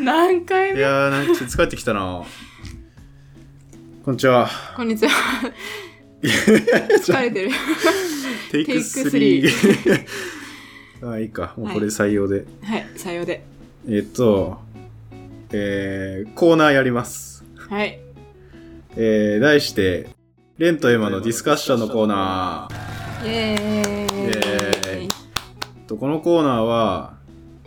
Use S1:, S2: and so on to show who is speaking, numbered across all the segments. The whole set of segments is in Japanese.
S1: 何回
S2: い
S1: 目
S2: やーなんかちょっと疲れてきたなこんにちは
S1: こんにちは疲れてる
S2: テイク
S1: テイク
S2: 3 あいいかもうこれ採用で、
S1: はい採用で
S2: えっとえー、コーナーやります
S1: はい
S2: えー、題してレンとエマのディスカッションのコーナー
S1: イエーイ
S2: イエーイとこのコーナーは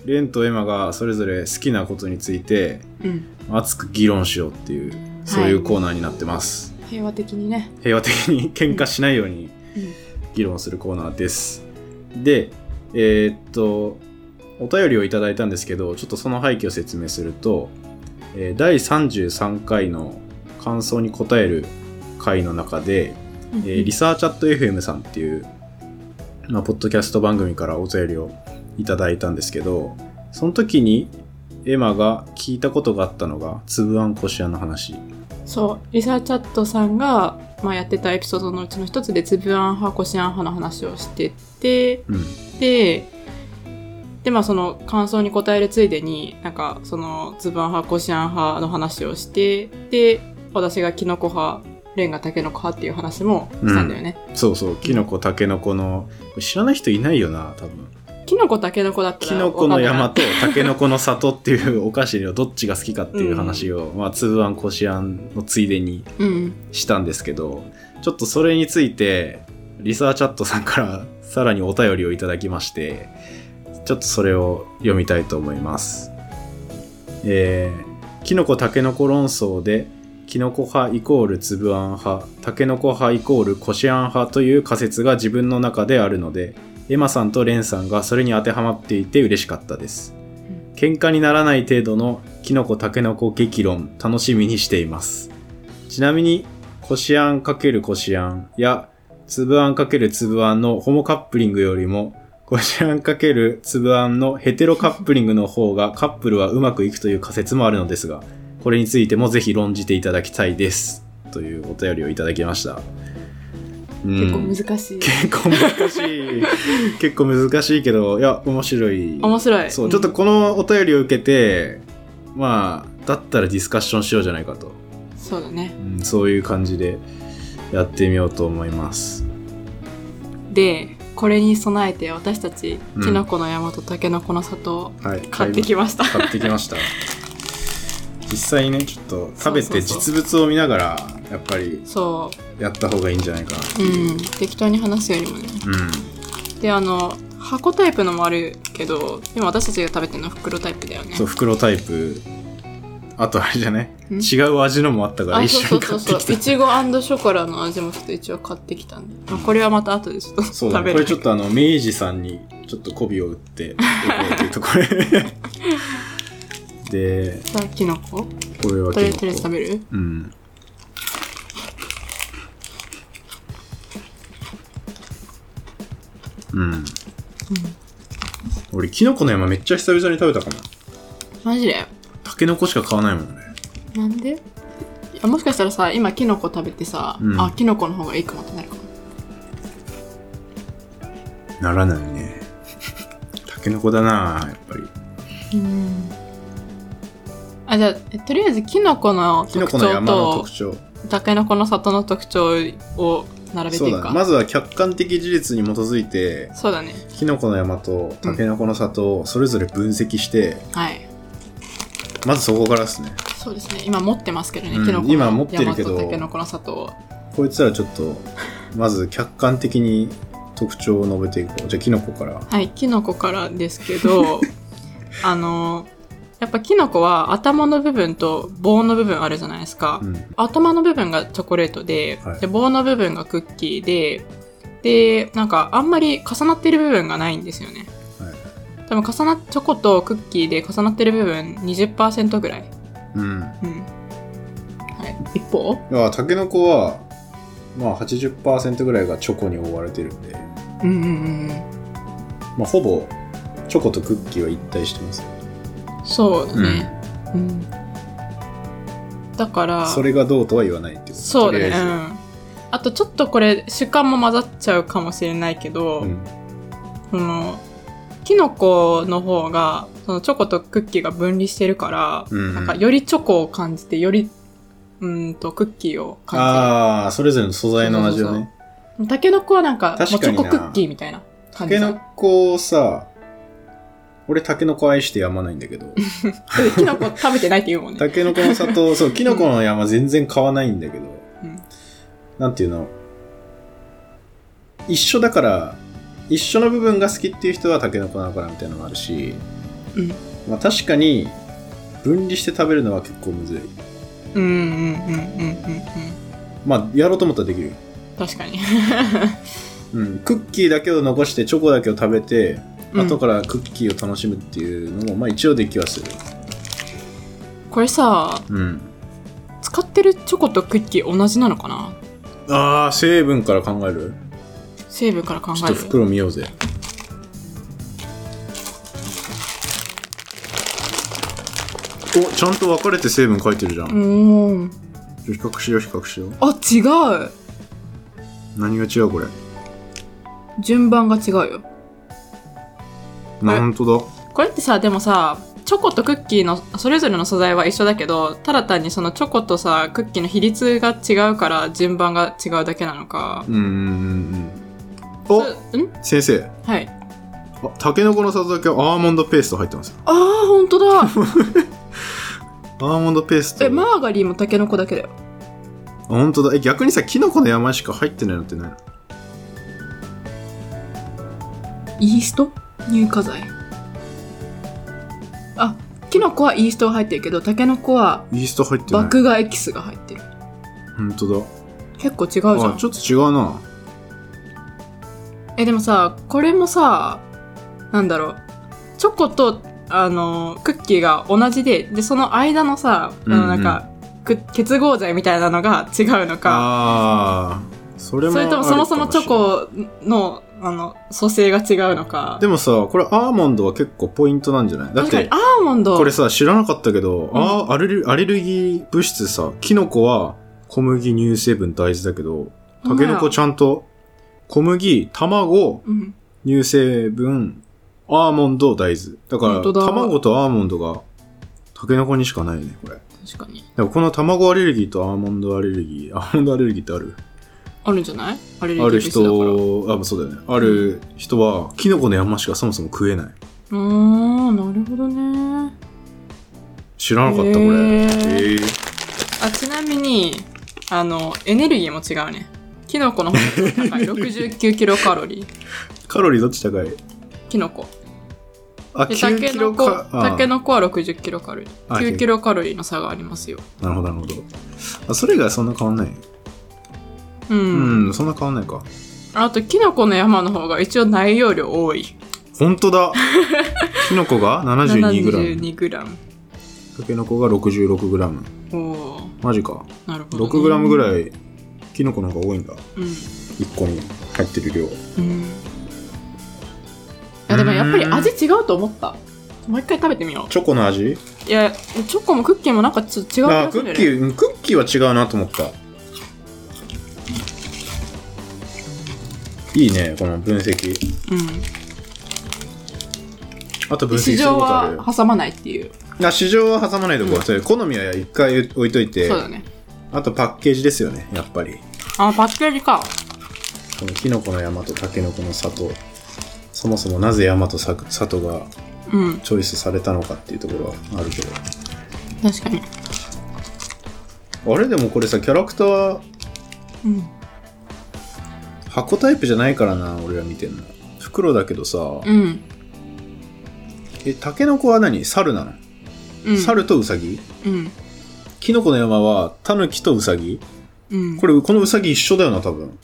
S2: レンとエマがそれぞれ好きなことについて
S1: うん、
S2: 熱く議論しようっていうそういうコーナーになってます、
S1: 平和的にね、
S2: 平和的に喧嘩しないように
S1: うん
S2: 議論するコーナーです。で、えーっと、お便りをいただいたんですけど、ちょっとその背景を説明すると、えー第33回の感想に答える回の中で、えーリサーチャット FM さんっていう、まあ、ポッドキャスト番組からお便りをいただいたんですけど、その時にエマが聞いたことがあったのが、つぶあんこしあんの話。
S1: そうリサーチャットさんが、まあ、やってたエピソードのうちの一つでつぶあん派こしあん派の話をしてて
S2: うん。
S1: ででまあその感想に答えるついでになんかそのズバン派こしあん派の話をしてで私がキノコ派レンがタケノコ派っていう話もしたんだよね、
S2: そうそう、キノコ、タケノコの、これ知らない人いないよな、多分。
S1: キノコタケノコだったら
S2: キノコの山
S1: わかんない
S2: とタケノコの里っていうお菓子のどっちが好きかっていう話を、まあ、つぶあんこしあんのついでに
S1: うん
S2: したんですけど、ちょっとそれについて、リサーチャットさんから さらにお便りをいただきまして、ちょっとそれを読みたいと思います。えー、キノコタケノコ論争で、キノコ派イコールつぶあん派、タケノコ派イコールこしあん派という仮説が自分の中であるので、エマさんとレンさんがそれに当てはまっていて嬉しかったです。喧嘩にならない程度のキノコタケノコ激論楽しみにしています。ちなみに、こしあん×こしあんや、つぶあん×つぶあんのホモカップリングよりも、こしあん×つぶあんのヘテロカップリングの方がカップルはうまくいくという仮説もあるのですが、これについてもぜひ論じていただきたいです。というお便りをいただきました。うん
S1: 結構難しい、
S2: 結構難しい結構難しいけどいや面白い
S1: 面白い
S2: そうちょっとこのお便りを受けてまあだったらディスカッションしようじゃないかと、
S1: うんそうだね
S2: うんそういう感じでやってみようと思います
S1: でこれに備えて私たち、
S2: うん
S1: キノコの山とタケノコの里を
S2: はい
S1: 買ってきました
S2: 買ってきました実際ねちょっと食べ
S1: そう
S2: て
S1: そう
S2: 実物を見ながらやっぱり
S1: そ
S2: やった方がいいんじゃないか
S1: ううん適当に話すよりもね
S2: なうん
S1: であの箱タイプのもあるけどでも私たちが食べてるのは袋タイプだよね
S2: そう袋タイプあとあれじゃね
S1: ん
S2: 違う味のもあったから
S1: あ
S2: 一
S1: そ
S2: 緒
S1: う
S2: に
S1: そ
S2: 買
S1: う
S2: って
S1: そう
S2: き
S1: そうい
S2: た
S1: ちごショコラの味もちょっと一応買ってきたんで、まあこれはまた後でちょっと
S2: そうだ
S1: 食べ
S2: ね、こ
S1: る
S2: れちょっとあの明治さんにちょっと媚びを打って覚えてるとこれで
S1: さあキノコ
S2: これは
S1: とりあえず
S2: 結
S1: とりあえず食
S2: 構
S1: べる
S2: うんうん、俺キノコの山めっちゃ久々に食べたかも
S1: マジで
S2: タケノコしか買わないもんね
S1: なんでいやもしかしたらさ今キノコ食べてさ、
S2: うん
S1: あキノコの方がいいかもってなるかも
S2: ならないねタケノコだなやっぱり
S1: うんあじゃあえとりあえずキノコの
S2: キノ
S1: 特
S2: コの
S1: 徴
S2: 山の
S1: と
S2: 特徴
S1: タケノコの里の特徴を並べて
S2: そ
S1: いうく
S2: だ
S1: か
S2: ねまずは客観的事実に基づいて
S1: そうだね
S2: キノコの山とタケノコの里をそれぞれ分析して、
S1: はい
S2: まずそこからですね
S1: そうですね今持ってますけどね、
S2: うん
S1: キノコの
S2: 今持ってるけど
S1: 大和タケノコの砂糖
S2: こいつらちょっとまず客観的に特徴を述べていこうじゃあキノコから
S1: はいキノコからですけ どあのやっぱキノコは頭の部分と棒の部分あるじゃないですか、
S2: うん
S1: 頭の部分がチョコレートで,、
S2: はい
S1: で棒の部分がクッキーででなんかあんまり重なってる部分がないんですよね、
S2: はい
S1: 多分重なチョコとクッキーで重なってる部分20%ぐらい、
S2: うん
S1: うんはい、一方
S2: いやタケノコはまあ80%ぐらいがチョコに覆われてるんで、
S1: うんうんうんうん
S2: まあ、ほぼチョコとクッキーは一体してますよ
S1: そうだね、うんだから
S2: それがどうとは言わないってこと
S1: そうだね
S2: とり
S1: う
S2: あ
S1: んあとちょっとこれ主観も混ざっちゃうかもしれないけど、
S2: えずうん
S1: そのキノコの方が、そのチョコとクッキーが分離してるから、
S2: うんうん
S1: なんかよりチョコを感じて、より、うーんと、クッキーを感
S2: ああ、それぞれの素材の味をね。
S1: じる。タケノコはなんか、もうチ
S2: 確かに
S1: ョ
S2: な
S1: コクッキーみたいな
S2: タ
S1: 感じ
S2: ケ
S1: じゃ
S2: ノ
S1: ん。
S2: コをさ、俺タケノコ愛してやまないんだけど、
S1: キノコ食べてないって言うもんね。
S2: タケノコ の里、そう、キノコの山全然買わないんだけど、
S1: うん
S2: なんていうの、一緒だから、一緒の部分が好きっていう人はタケノコなのかなみたいなのもあるし、
S1: うん
S2: まあ確かに、分離して食べるのは結構むずい。
S1: うんうんうんうんうんうん。
S2: まあ、やろうと思ったらできるよ。
S1: 確 かに。
S2: うん、クッキーだけを残してチョコだけを食べて、
S1: うん
S2: 後からクッキーを楽しむっていうのも、まあ一応できはする。
S1: これさ、
S2: うん。
S1: 使ってるチョコとクッキー同じなのかな
S2: ああ、成分から考える
S1: 成分から考
S2: ちょ
S1: え
S2: っと
S1: る。
S2: 袋見ようぜ。お、ちゃんと分かれて成分書いてるじゃん。
S1: うーん。
S2: 比較しよう、比較しよう。
S1: あ、違う
S2: 何が違うこれ。
S1: 順番が違うよ。
S2: な、ほんとだ。
S1: これってさ、でもさ、チョコとクッキーのそれぞれの素材は一緒だけど、ただ単にそのチョコとさ、クッキーの比率が違うから順番が違うだけなのか
S2: う。んうんうんうん。お、
S1: そうん
S2: 先生。
S1: はい。
S2: あタケノコの里だけアーモンドペースト入ってますよ。
S1: あー、ほんとだ
S2: アーモンドペースト。
S1: え、マーガリンもタケノコだけだよ。
S2: あ、ほんとだ。え、逆にさ、キノコの山しか入ってないのってないの
S1: イースト乳化剤。あ、キノコはイーストが入ってるけど、タケノコは
S2: イースト入ってない。
S1: 麦芽エキスが入ってる。
S2: ほんとだ。
S1: 結構違うじゃ
S2: あ、
S1: ん。
S2: ちょっと違うな。
S1: えでもさこれもさなんだろうチョコとあのクッキーが同じででその間のさあ
S2: うんう
S1: の
S2: ん
S1: なんか、く結合剤みたいなのが違うのか
S2: ああ、それも
S1: それとも
S2: ある
S1: そ
S2: か
S1: も
S2: し
S1: そ
S2: れな
S1: も
S2: い
S1: チョコのあの組成が違うのか
S2: でもさこれアーモンドは結構ポイントなんじゃないだっ
S1: 確かに
S2: て
S1: アーモンド
S2: これさ知らなかったけ
S1: う
S2: ど、
S1: ん
S2: あアレルアレルギー物質さキノコは小麦乳成分大豆だけどタケノコちゃんと小麦卵
S1: うん
S2: 乳成分アーモンド大豆だ
S1: 本
S2: か
S1: 当
S2: ら
S1: だ
S2: 卵とアーモンドがタケノコにしかないよねこれ
S1: 確かに
S2: でもこの卵アレルギーとアーモンドアレルギーアーモンドアレルギーってある
S1: あるんじゃないアレルギ
S2: あ
S1: ー
S2: る
S1: 物質だからう
S2: 人あそうだよねある人はキノコの山しかそもそも食えない
S1: ーんなるほどね
S2: 知らなかった、
S1: へ
S2: これ。
S1: ー
S2: えー
S1: あちなみにあのエネルギーも違うねキノコの方が 高い69キロカロリー
S2: カロリーどっち高い
S1: キノコ
S2: あ、
S1: でタ
S2: 9
S1: ケ
S2: キロ
S1: ノコ
S2: か。あ
S1: タケノコは60キロカロリー
S2: あ
S1: 9キロカロリーの差がありますよ
S2: なるほど、なるほど。あ、それ以外はそんな変わんない。
S1: うん、
S2: うん、そんな変わんないか。
S1: あとキノコの山の方が一応内容量多い
S2: ほんと だキノコが 72g。
S1: 72グラム
S2: タケノコが 66g。
S1: おおー
S2: マジか。
S1: なるほど、ね、
S2: 6g ぐら
S1: い
S2: い、キノコの方が多いんだ。
S1: うん、
S2: 1個に入ってる量。
S1: うん、いやでもやっぱり味違うと思ったもう一回食べてみよ
S2: チョコの味
S1: ういやチョコもクッキーもなんかちょっと違う気
S2: あ
S1: がす
S2: ク
S1: るんだ
S2: ッ
S1: よね
S2: キー、うんクッキーは違うなと思った。いいね、この分析。あと
S1: う
S2: 分
S1: ん、
S2: 析す
S1: 市
S2: る
S1: 場
S2: ことある。
S1: は挟まないっていう
S2: あ市場は挟まないとこ、
S1: うん
S2: それ好みは一回置いといて
S1: そうだね
S2: あとパッケージですよねやっぱり
S1: あパッケージか
S2: このキノコの山とタケノコの里そもそもなぜ山とさ里が
S1: うん
S2: チョイスされたのかっていうところはあるけど
S1: 確かに
S2: あれでもこれさキャラクター
S1: うん
S2: 箱タイプじゃないからな俺ら見てんの袋だけどさ、
S1: うん
S2: えタケノコは何猿なの、
S1: うん
S2: 猿とウサギ
S1: うん
S2: キノコの山はタヌキとウサギ
S1: うん
S2: これこのウサギ一緒だよな多分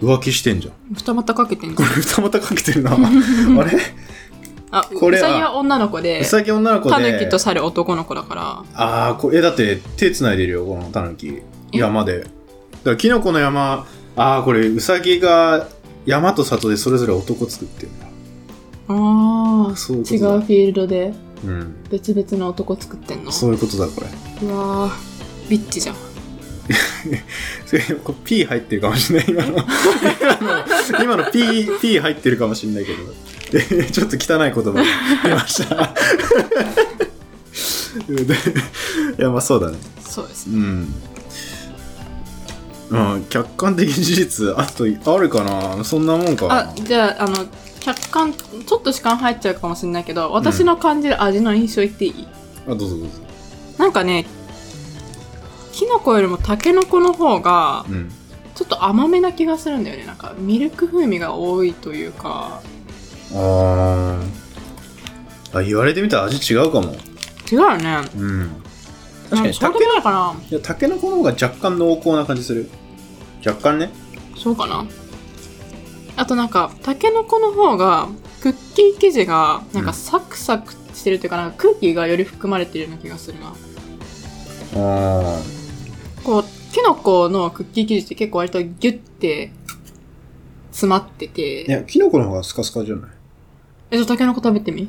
S2: 浮気してんじゃん
S1: 二股かけてんじ
S2: こ
S1: ゃん
S2: れ二股かけて るなあれ
S1: あ
S2: これ
S1: ウ
S2: は
S1: サギは女の子で
S2: ウサギ女の子で
S1: タヌキと猿男の子だから
S2: ああこえだって手つないでるよこのタヌキ
S1: え
S2: 山でだからキノコの山ああこれウサギが山と里でそれぞれ男作ってるんだ
S1: ああ
S2: そういうこ
S1: 違う
S2: とだ
S1: フィールドで
S2: うん
S1: 別々の男作ってんの
S2: そういうことだこれ
S1: うわービッチじゃん
S2: それ これ P 入ってるかもしれない今の今の今の P, P 入ってるかもしれないけどでちょっと汚い言葉が出ました でいやまあそうだね
S1: そうですね
S2: うん、うん、客観的事実あとあるかなそんなもんか
S1: あ
S2: な
S1: じゃああの客観ちょっと主観入っちゃうかもしれないけど私の感じる味の印象言っていい、
S2: あどうぞどうぞ
S1: なんかねキノコよりもタケノコの方が
S2: うん
S1: ちょっと甘めな気がするんだよねなんかミルク風味が多いというか
S2: あーあ言われてみたら味違うかも
S1: 違うよね
S2: うん確かに
S1: そう
S2: た
S1: いうこ
S2: け
S1: とないかない
S2: やたけのこの方が若干濃厚な感じする若干ね
S1: そうかなあとなんかタケノコの方がクッキー生地がなん
S2: うん
S1: かサクサクしてるというかなんか空気がより含まれてるような気がするな
S2: あ
S1: こうキノコのクッキー生地って結構割とギュッて詰まって
S2: い
S1: て
S2: やきのこの方がスカスカじゃない
S1: えじゃあタケノコ食べてみ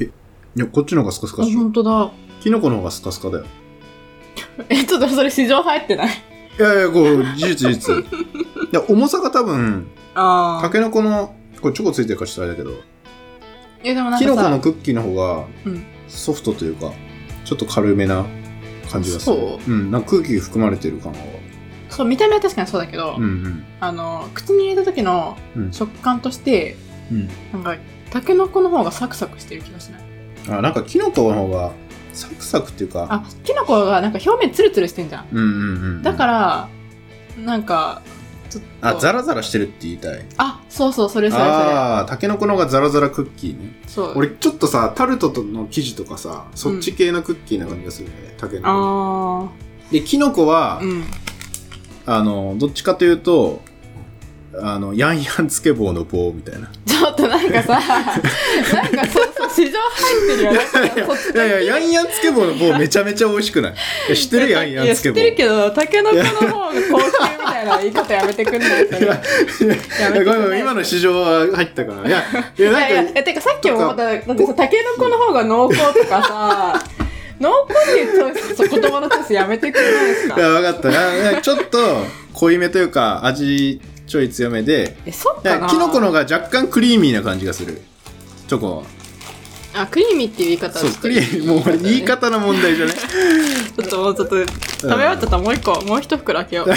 S2: いやこっちの方がスカス
S1: あ
S2: カでしょ
S1: 本当だ
S2: きのこの方がスカスカだよ
S1: えちょっとそれ市場入ってない
S2: いやいやこう事実 事実いや重さが多分
S1: あ
S2: たけのこのこれチョコついてるからちょっとあれだけど
S1: えでもなん
S2: キ
S1: か
S2: ノコの
S1: さ
S2: クッキーの方が
S1: うん
S2: ソフトというか、ちょっと軽めな感じがする、
S1: そう
S2: ん、なんか空気含まれてる感が
S1: そう見た目は確かにそうだけど、
S2: うんうん
S1: あの口に入れた時の
S2: うん
S1: 食感として
S2: うん
S1: なんかタケノコの方がサクサクしてる気がしない
S2: あなんかキノコの方がサクサクっていうか
S1: あキノコがなんか表面ツルツルしてんじゃん
S2: うんうんうん
S1: だかららなんかちょっと
S2: あザラザラしてるって言いたい
S1: あそうそうそれそれそれ
S2: ああたけのこの方がザラザラクッキーね
S1: そう
S2: 俺ちょっとさタルトとの生地とかさそっち系のクッキーな感じがするよねたけのこ
S1: あ
S2: でキノコは、
S1: あうん
S2: あのどっちかというとあのヤンヤンつけ棒の棒みたいな
S1: ちょっとなんか さなんかそそ市場入ってるよねそっち
S2: いやいや、ヤンヤンつけ棒の棒めちゃめちゃ美味しくないいや知ってるヤンヤンつけ棒。
S1: いや知ってるけどタケノコの方が高級みたいな言い方やめてくんないそれ
S2: いや
S1: やめ
S2: い
S1: てくん
S2: やごめんご
S1: な
S2: めん、
S1: い
S2: 今の市場は入ったから。いや、い
S1: いやい
S2: や、
S1: や
S2: なん
S1: えてかさっきも
S2: と
S1: ま
S2: か
S1: ただってさタケノコの方が濃厚とか さ濃厚っていうチョイスそう言葉のチョイスやめてくれないです
S2: か、い
S1: か
S2: や、わかったいや。いやちょっと濃いめというか、味ちょい強めで、
S1: えそっ
S2: い
S1: か
S2: や
S1: な
S2: キノコの方が若干クリーミーな感じがする。チョコは。
S1: あクリーミーっていう言い方
S2: そう、クリーミー、もう言い方の問題じゃね。
S1: ちょっともうちょっと食べ終わっちゃったもう一個もう一袋開 けよう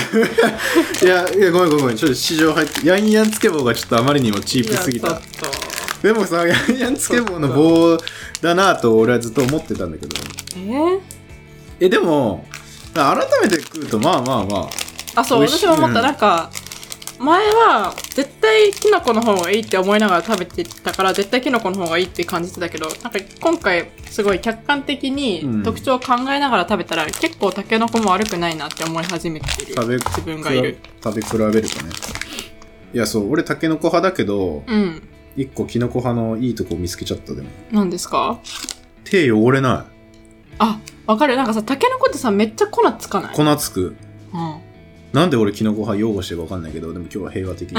S2: いや、いや、ごめんごめんごめん、ちょっと市場入って、ヤンヤンつけ棒がちょっとあまりにもチープすぎ
S1: いやち。ょ
S2: た
S1: っ
S2: でもさ、ヤンヤンつけ棒の棒だなぁと俺はずっと思ってたんだけど。
S1: とえー、
S2: えでもまあ改めて食うとまあまあまあ
S1: あそう
S2: 美味しい
S1: 私も思っ
S2: う
S1: た
S2: ん
S1: なんか前は絶対きのこの方がいいって思いながら食べてたから絶対きのこの方がいいって感じてたけどなんか今回すごい客観的
S2: うん
S1: に特徴を考えながら食べたら、結構たけのこも悪くないなって思い始めてる
S2: 食べ
S1: 自分がいる
S2: 食べ比べるとねいやそう俺たけのこ派だけど
S1: うん
S2: 一個きのこ派のいいとこ見つけちゃったでも
S1: 何ですか
S2: 手汚れな
S1: あわかるなんかさたけのこってさめっちゃ粉つかないい、
S2: 粉つく
S1: うん、
S2: なんで俺きのこ派擁護してるか分かんないけどでも今日は平 和的に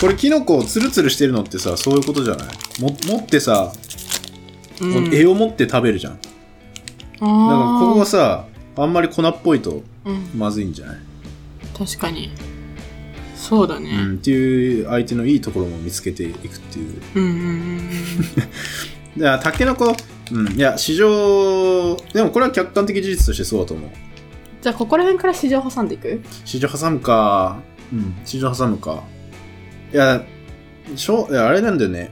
S2: これきのこをツルツルしてるのってさそういうことじゃないも持ってさ、
S1: うん、
S2: 絵を持って食べるじゃんだ
S1: あ
S2: からここ
S1: ー
S2: がさあんまり粉っぽいと
S1: うん、
S2: まずいんじゃない、
S1: 確かにそうだ
S2: う
S1: ね、
S2: ん、っていう相手のいいところも見つけていくっていう
S1: うん、うんうん
S2: いや、タケノコ、うん、いや、市場、でもこれは客観的事実としてそうだと思う。
S1: うんじゃあここら辺から市場挟んでいく
S2: 市場挟むか、うん、市場挟むか。いや、しょういやあれなんだよね。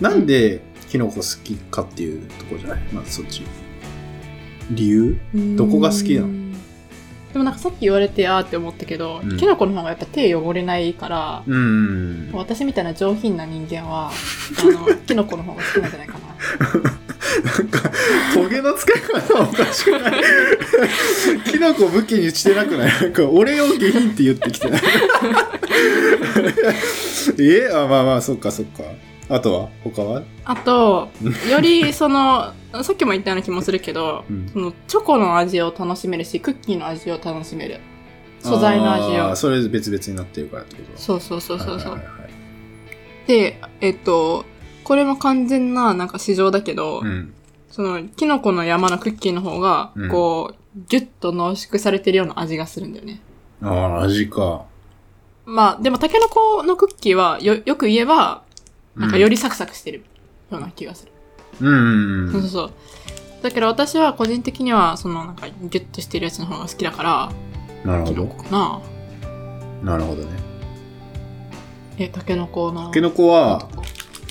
S2: なんで、キノコ好きかっていうとこじゃないまずそっち。理由どこが好きなの
S1: のでもなんかさっき言われてあーって思ったけど、
S2: うん
S1: キノコの方がやっぱ手汚れないから、
S2: うん。
S1: 私みたいな上品な人間 はあのキノコの方が好きなんじゃないかな
S2: なんか、トゲの使い方おかしくないキノコ武器にしてなくないなんか、俺を下品って言ってき てないえあ、まあまあ、そっかそっか。あとは他は
S1: あとよりそのさっきも言ったような気もするけど
S2: うん
S1: そのチョコの味を楽しめるしクッキーの味を楽しめる素材の味
S2: あ
S1: を
S2: ーそれ別々になってるからってこと
S1: そうそうそうそうそう、
S2: はいはいはいはい
S1: でえっとこれも完全ななんか市場だけど、
S2: うん。
S1: そのキノコの山のクッキーの方が、
S2: うん
S1: こうギュッと濃縮されてるような味がするんだよね
S2: ああ、味か。
S1: まあ、でも、タケノコのクッキーは、よ、よく言えば、なんかよりサクサクしてるような気がする。
S2: うんうんう
S1: そうんそうそう。だけど私は個人的には、そのなんかギュッとしてるやつの方が好きだから、
S2: なるほ
S1: キノ
S2: ど
S1: コかな。
S2: なるほどね
S1: え、タケノコの。
S2: たけのこは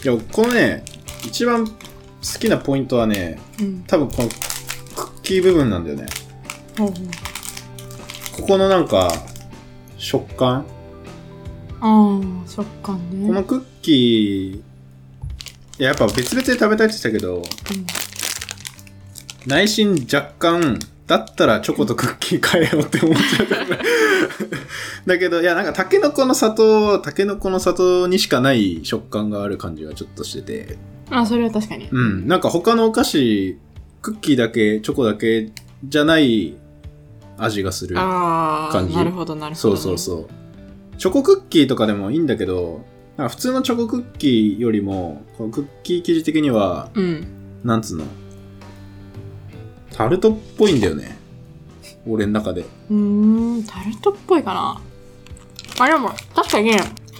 S2: いやこのね一番好きなポイントはね
S1: うん。
S2: 多分このクッキー部分なんだよね
S1: ほうほう
S2: ここのなんか食感
S1: ああ、食感ね。
S2: このクッキーいややっぱ別々で食べたいって言ってたけど内心若干だったらチョコとクッキー変えようって思っちゃった からだけどいやなんかタケノコの里タケノコの里にしかない食感がある感じがちょっとしてて
S1: うん、あ、それは確かに。
S2: うんなんか他のお菓子クッキーだけチョコだけじゃない味がする
S1: ああ、
S2: 感じ
S1: なるほど、なるほ
S2: そ
S1: ど。
S2: うそうそうチョコクッキーとかでもいいんだけどなんか普通のチョコクッキーよりもこのクッキー生地的には
S1: う。うん。
S2: なんつうのタルトっぽいんだよね。俺の中で。
S1: うーん、タルトっぽいかな。あ、でも、確かに、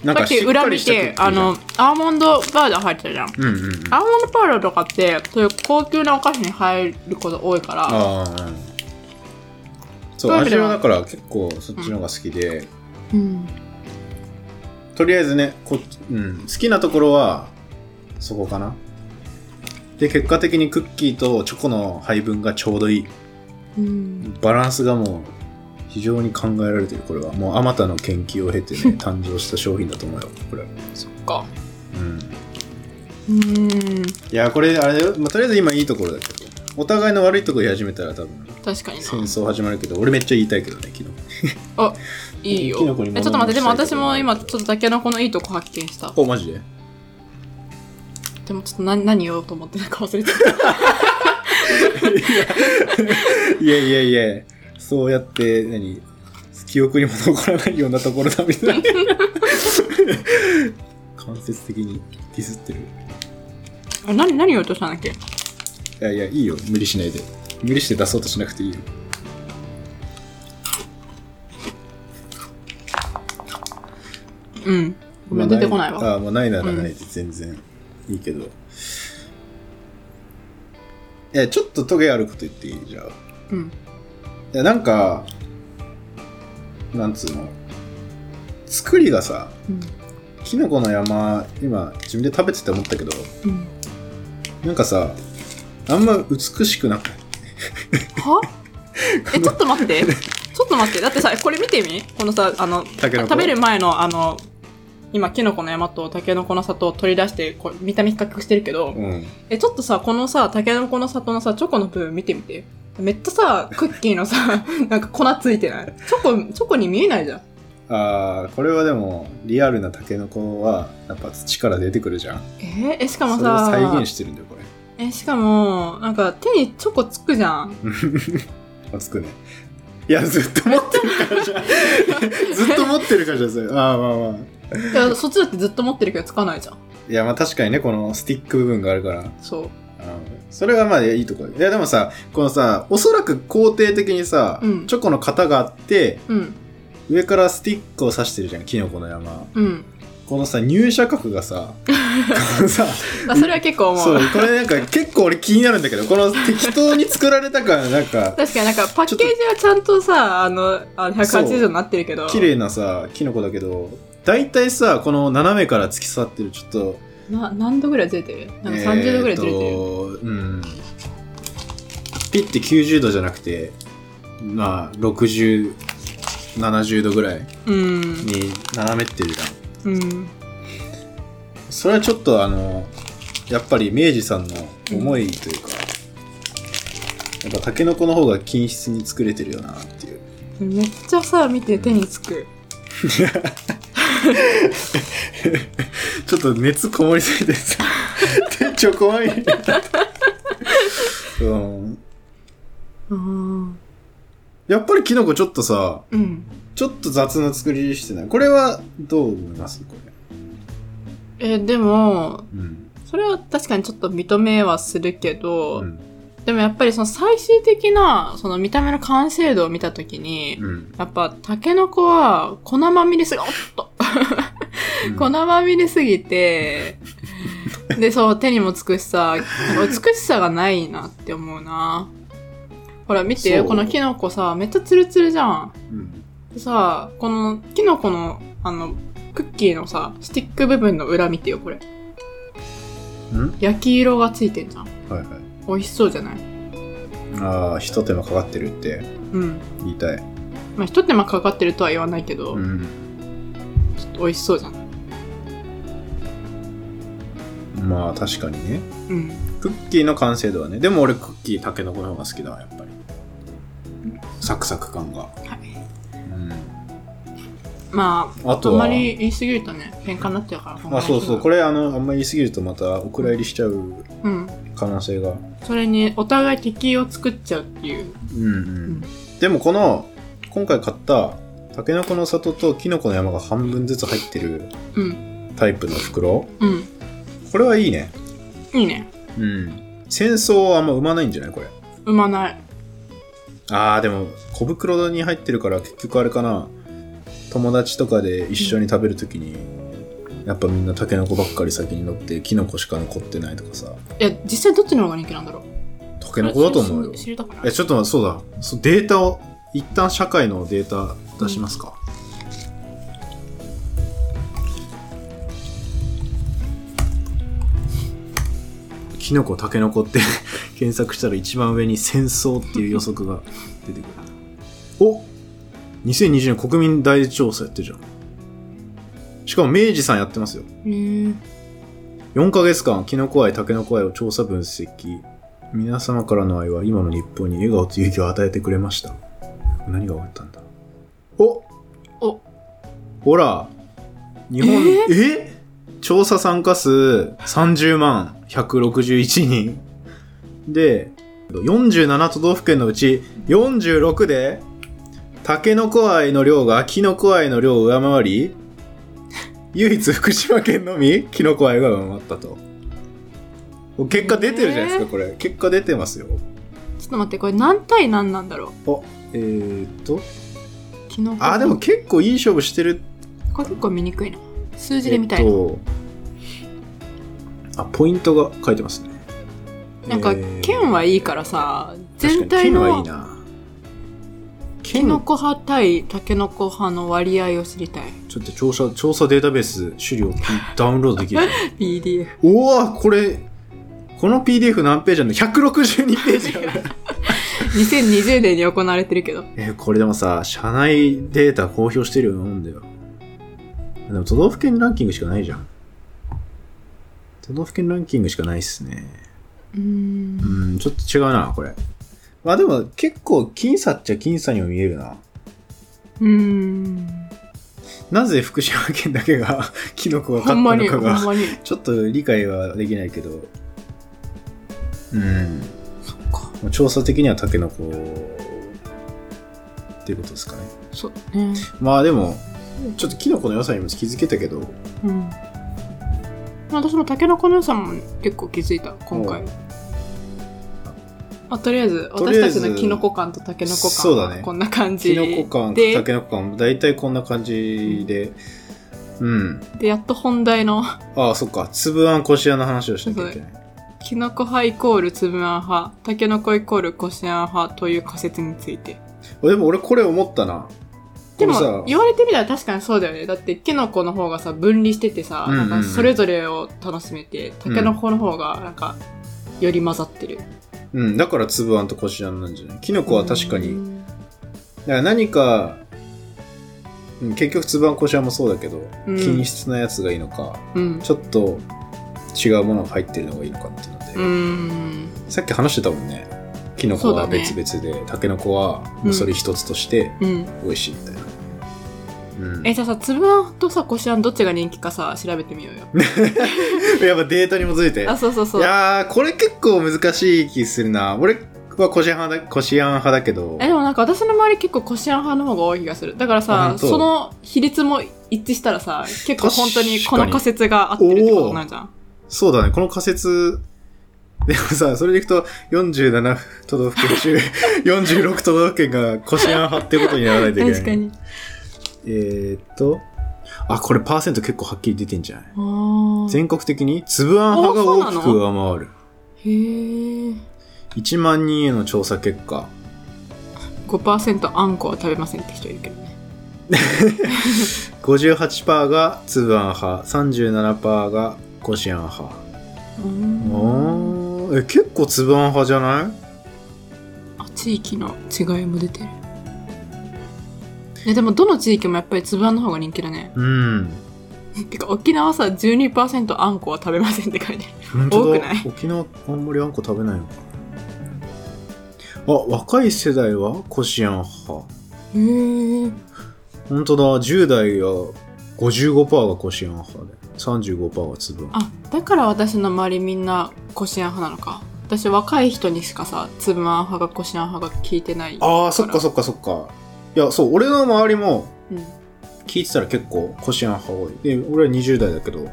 S2: な
S1: さ
S2: んか
S1: っき
S2: しっ
S1: 裏
S2: か
S1: 見
S2: りしたクッ
S1: て
S2: キー、じゃん
S1: あの、、アーモンドパウダー入ってたじゃん。
S2: うんうんうん。
S1: アーモンドパウダーとかって、そういう高級なお菓子に入ること多いから、
S2: あーうんそう、
S1: そういう意味
S2: 味
S1: では
S2: はだから結構そっちの方が好きで、
S1: うん。
S2: とりあえずね、こうん、好きなところはそこかな。で、結果的にクッキーとチョコの配分がちょうどいい。
S1: うん。
S2: バランスがもう非常に考えられてる、これは。もうあまたの研究を経て ね、誕生した商品だと思うよ、これ。
S1: そっか。
S2: うん。
S1: うーん。
S2: いやこれあれだよ、まあ、とりあえず今いいところだけどお互いの悪いところ言い始めたら多分
S1: 確かに
S2: 戦
S1: な。
S2: 争始まるけど俺めっちゃ言いたいけどね昨日
S1: いいよ。
S2: キノコに物
S1: えちょっと待って、でも
S2: 申し
S1: 私
S2: 上げたくな
S1: も
S2: い
S1: 今、ちょっとタケノコのいいとこ発見した。
S2: おマジで
S1: でもちょっと何何言おうと思ってなんか忘れてた。
S2: いやいやいやそうやって何記憶にも残らないようなところだみたいな 間接的にディスってる
S1: あ何、何言おうとしたんだっけ
S2: いやいやいいよ無理しないで無理して出そうとしなくていいよ
S1: うん。ごめん、出てこないわ。
S2: ああもうないならないで全然いいけど、いやちょっとトゲあること言っていいじゃあ
S1: うん。
S2: いやなんかなんつうの作りがさ
S1: うん。
S2: キノコの山今自分で食べてて思ったけど
S1: うん、
S2: なんかさあんま美しくなくない
S1: はえ、ちょっと待って。ちょっと待って。だってさ、これ見てみこのさ、あの、
S2: タケノコ
S1: 食べる前の、あの、今、キノコの山とタケノコの里を取り出して、こう見た目比較してるけど、
S2: うん
S1: え、ちょっとさ、このさ、タケノコの里のさ、チョコの部分見てみて。めっちゃさ、クッキーのさ、 なんか粉ついてない。チョコ、チョコに見えないじゃん。
S2: あーこれはでもリアルなタケノコはやっぱ土から出てくるじゃん
S1: えーえ、しかも
S2: それを
S1: さ、
S2: 再現してるんだよこれ
S1: え、しかも、なんか手にチョコつくじゃん。
S2: あつくねいやずっと持ってるか らじゃんずっと持ってるからじゃんそれあーまあまあ
S1: いや、そっちだってずっと持ってるけどつかないじゃん。
S2: いやまあ確かにねこのスティック部分があるから
S1: そう。
S2: うんそれがまあいいとこいやでもさこのさおそらく肯定的にさ、
S1: うん
S2: チョコの型があって
S1: うん、
S2: 上からスティックを刺してるじゃんキノコの山
S1: うん。
S2: このさ入射角 がさこのさ
S1: あそれは結構思。
S2: そううこれなんか結構俺気になるんだけどこの適当に作られたからなん か
S1: 確かになんかパッケージはちゃんとさ、あの、あの180度になってるけど。
S2: 綺麗なさキノコだけど大体さこの斜めから突き刺さってるちょっと
S1: な、何度ぐらいずれてるなんか30度ぐらいずれて
S2: え
S1: る。
S2: ーっとうんピッて90度じゃなくてまあ6070度ぐらい
S1: うん。
S2: に斜めってるじゃん
S1: うん。
S2: それはちょっとあのやっぱり明治さんの思いというか、やっぱタケノコの方が均質に作れてるよなっていう
S1: めっちゃさ、見て手につく。
S2: ちょっと熱こもりすぎてさ 店長怖い
S1: う
S2: うん
S1: ん。
S2: やっぱりキノコちょっとさ
S1: うん。
S2: ちょっと雑な作りしてない。これはどう思いますこれ。
S1: え、でも、
S2: うん。
S1: それは確かにちょっと認めはするけど、
S2: うん
S1: でもやっぱりその最終的なその見た目の完成度を見たときに、
S2: うん。
S1: やっぱタケノコは粉まみれすぎ、おっと、
S2: うん
S1: 粉まみれすぎて、で、そう、手にもつくしさ、なんか美しさがないなって思うな。ほら見て、
S2: そう
S1: このキノコさ、めっちゃツルツルじゃん。
S2: うん
S1: でさ、このキノコの、あの、クッキーのさ、スティック部分の裏見てよ、これ。
S2: ん
S1: 焼き色がついてんじゃん。
S2: はいはい。
S1: 美味しそうじゃない
S2: ああ、ひと手間かかってるって
S1: うん。
S2: 言いたい。
S1: まあ、一手間かかってるとは言わないけど、
S2: うん。
S1: ちょっと美味しそうじゃない
S2: まあ確かにね。
S1: うん。
S2: クッキーの完成度はね。でも俺クッキータケノコの方が好きだわ、やっぱり。サクサク感が。うん。
S1: まあ、
S2: あ
S1: あ
S2: と
S1: ん
S2: は。
S1: まり言い過ぎるとね、喧嘩になっちゃうからこんな
S2: あ、
S1: 話は。
S2: そうそう。これあの、あんまり言い過ぎるとまたお蔵入りしちゃう
S1: うん。
S2: 可能性が。
S1: それに、お互い敵を作っちゃうっていう。
S2: うんうん。
S1: ん
S2: でもこの、今回買った、タケノコの里とキノコの山が半分ずつ入ってる
S1: うん。
S2: タイプの袋。
S1: うん。
S2: これはいいね。
S1: いいね。
S2: うん。戦争はあんま生まないんじゃないこれ。
S1: 産まない。
S2: あーでも小袋に入ってるから結局あれかな友達とかで一緒に食べるときにやっぱみんなタケノコばっかり先に乗ってキノコしか残ってないとかさ
S1: いや、実際どっちの方が人気なんだろう。
S2: タケノコだと思うよ
S1: 知れたから
S2: え。ちょっと待ってそうだそうデータを一旦社会のデータ出しますか、キノコタケノコって 検索したら一番上に戦争っていう予測が出てくるお2020年国民大調査やってるじゃんしかも明治さんやってますよ
S1: へー
S2: 4ヶ月間、キノコ愛、タケノコ愛を調査分析。皆様からの愛は今の日本に笑顔と勇気を与えてくれました。何が起こったんだお
S1: お
S2: ほら日本、
S1: え
S2: え調査参加数30万161人。で、47都道府県のうち46で、タケノコ愛の量がキノコ愛の量を上回り、唯一福島県のみキノコ愛が上回ったと結果出てるじゃないです
S1: え
S2: か、これ結果出てますよ
S1: ちょっと待って、これ何対何なんだろう
S2: えー、っと
S1: 昨日。
S2: あーでも、結構いい勝負してる
S1: これ結構見にくいな。数字で見たい
S2: え
S1: な。
S2: っとあポイントが書いてますね
S1: なんか、県はいいからさ、全
S2: 確かに
S1: 体
S2: 県はいい
S1: の
S2: な
S1: キノ
S2: 県
S1: コ派対タケノコ派の割合を知りたい。
S2: ちょっと調査調査データベース資 料ダウンロードできる
S1: PDF。
S2: おおこれこの PDF 何ページあるの ?162 ページある
S1: 2020年に行われてるけど。
S2: えーこれでもさ、社内データ公表してるようなもんだよ。でも都道府県ランキングしかないじゃん。都道府県ランキングしかないっすね。
S1: うーん
S2: う。ーん、ちょっと違うな、これ。まあでも結構僅差っちゃ僅差にも見えるな。
S1: うーん。
S2: なぜ福島県だけが キノコが
S1: ほ
S2: 勝
S1: んま
S2: った
S1: に、
S2: の
S1: ほ
S2: か
S1: んま
S2: が、
S1: に。
S2: ちょっと理解はできないけど。うん。
S1: そっか。
S2: まあ調査的にはタケノコっていうことですかね。
S1: そうね。
S2: まあでも、ちょっとキノコの良さにも気づけたけど、
S1: うん。私もタケノコの良さも結構気づいた、今回
S2: うん。
S1: まあ、とりあえず、
S2: とり
S1: 私
S2: あ
S1: た
S2: えず
S1: ちのキノコ感とタケノコ
S2: そう
S1: 感
S2: だね
S1: はこんな感
S2: キ
S1: じ
S2: ノコ感
S1: で
S2: タケノコ感大体こんな感じでうん
S1: で、やっと本題の
S2: ああそっか粒あんこしあんの話をしなきゃいけない
S1: キノコ派イコールつぶあん派、タケノコイコールこしあん派という仮説について。
S2: あでも俺これ思ったな
S1: で
S2: これ
S1: も言われてみたら確かにそうだよねだってキノコの方がさ分離しててさ、
S2: うんうんうん
S1: なんかそれぞれを楽しめてタケノコの方がなんかより混ざってる、
S2: うんだから粒あんとこしあんなんじゃないキノコは確かに、
S1: う
S2: だ
S1: ん
S2: から何か、うん、結局粒あんこしあんもそうだけど、
S1: うん
S2: 均質なやつがいいのか
S1: うん
S2: ちょっと違うものが入ってるのがいいのかっていうので、
S1: うん
S2: さっき話してたもんねキノコは
S1: そうだね
S2: 別々で、タケノコはもうそれ一つとして、
S1: うん
S2: 美味しいみたいな。うん、
S1: えじゃあさつぶあんとさこしあんどっちが人気かさ調べてみようよ
S2: やっぱデータに基づいて。
S1: あそうそう
S2: い
S1: そう
S2: やー、これ結構難しい気するな。俺はこしあん派だこしあん派だけど
S1: え、でもなんか私の周り結構こしあん派の方が多い気がするだから
S2: あ
S1: さ
S2: 本当
S1: その比率も一致したらさ結構本当にこ
S2: 確か
S1: の
S2: に
S1: 仮説が合ってるってことになるじゃん
S2: そうだね、この仮説、でもさ、それでいくと、47都道府県 中、46都道府県が腰が張ってことにならないといけない。
S1: 確かに。
S2: えーっと、あ、これパーセント結構はっきり出てんじゃない
S1: ああ。
S2: 全国的に、粒あん派が大きく上回る。
S1: へえ。
S2: 1万人への調査結果。
S1: 5%あんこは食べませんって人いるけどね。
S2: 58%が粒あん派、37%がこしあん派。
S1: う
S2: あ
S1: ん。
S2: ーえ、結構粒あん派じゃない
S1: あ地域の違いも出てる。えでもどの地域もやっぱりつぶあんの方が人気だね。
S2: うん。
S1: てか沖縄さ12%あんこは食べませんって書いてある。
S2: 本当だ
S1: 多くない
S2: 沖縄あんまりあんこ食べないのかなあ若い世代はこしあん派
S1: へえ。
S2: 本当だ10代が55%がこしあん派で35%がつぶあん
S1: あだから私の周りみんなこしあん派なのか。私若い人にしかさつぶあん派がこしあん派が聞いてない。
S2: あーそっかそっかそっかいやそう俺の周りも
S1: うん。
S2: 聞いてたら結構こしあん派多いで俺は20代だけど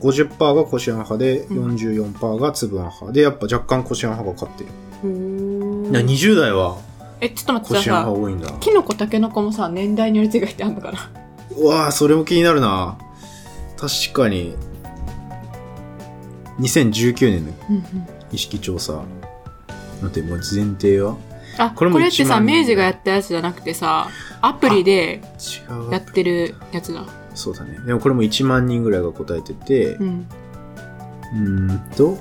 S2: 50%がこしあん派で
S1: うん
S2: 44%がつぶあん派でやっぱ若干こしあん派が勝ってる、
S1: へ
S2: いや
S1: ー
S2: 20代は
S1: えちょっと待
S2: こ
S1: って
S2: しあん
S1: さ
S2: 派多いんだ
S1: キノコタケノコもさ年代による違いってあんのかな
S2: うわあそれも気になるな確かに2019年の
S1: うん、うん、
S2: 意識調査なんてもう前提は
S1: あ
S2: こ
S1: こ
S2: れ
S1: れ
S2: も
S1: って
S2: 1
S1: さ
S2: 万人
S1: 明治がやったやつじゃなくてさアプリで
S2: 違う
S1: やってるやつだ
S2: そうだねでもこれも1万人ぐらいが答えてて
S1: う
S2: うんーんと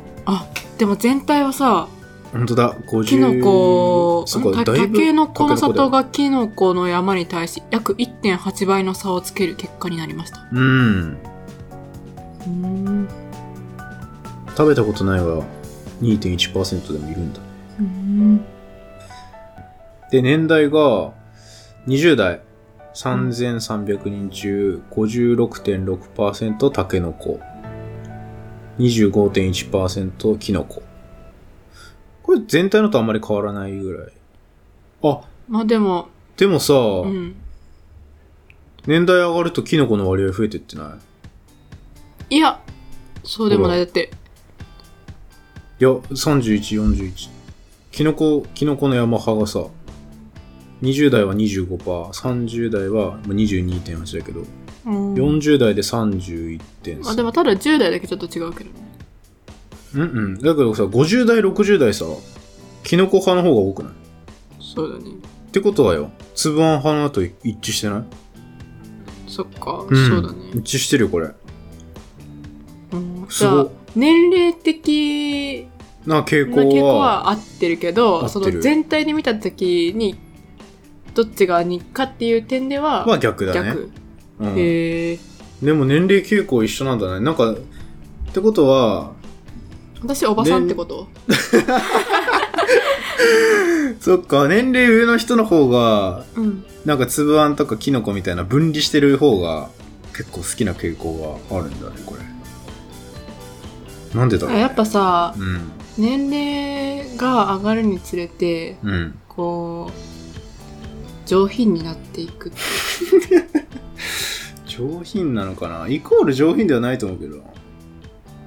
S1: でも全体はさ
S2: 本当だ50
S1: キノコ
S2: そっか
S1: た
S2: だい
S1: タ
S2: ぶ
S1: ケノコの
S2: タケノ
S1: 里
S2: コだよ
S1: がキノコの山に対し約1.8倍の差をつける結果になりました
S2: うん
S1: うん
S2: 食べたことないが2.1%でもいるんだ
S1: うん
S2: で年代が20代3300人中56.6%タケノコ25.1%キノコこれ全体のとあんまり変わらないぐらいあ
S1: まあでも
S2: でもさ、
S1: うん
S2: 年代上がるとキノコの割合増えてってない
S1: いやそうでもない
S2: ほ
S1: だって
S2: いや3141キノコキノコの山派がさ20代は 25%30 代はまあ22.8だけど
S1: うん
S2: 40代で31.3
S1: あでもただ10代だけちょっと違うけどね
S2: うんうんだけどさ50代60代さキノコ派の方が多くないっ
S1: そうだね
S2: てことはよ粒あん派のと一致してない、
S1: そっか、
S2: ん、
S1: そうだね、
S2: 一致してるよこれ
S1: うん、
S2: す
S1: じ
S2: ご
S1: ゃ
S2: っ
S1: あ年齢的
S2: な傾
S1: な
S2: 向は
S1: 傾向は合ってるけ
S2: 合って
S1: ど
S2: る
S1: その全体で見た時にどっちが日かっていう点では
S2: は逆だね
S1: 逆、
S2: うん、
S1: へえ
S2: でも年齢傾向一緒なんだねなんかってこと は
S1: 私おばさんってこと、
S2: そっか年齢上の人の方が
S1: うん
S2: なんか粒あんとかキノコみたいな分離してる方が結構好きな傾向があるんだねこれなんでだろう、
S1: やっぱさ
S2: うん
S1: 年齢が上がるにつれて
S2: うん
S1: こう上品になっていく
S2: 上品なのかなイコール上品ではないと思うけど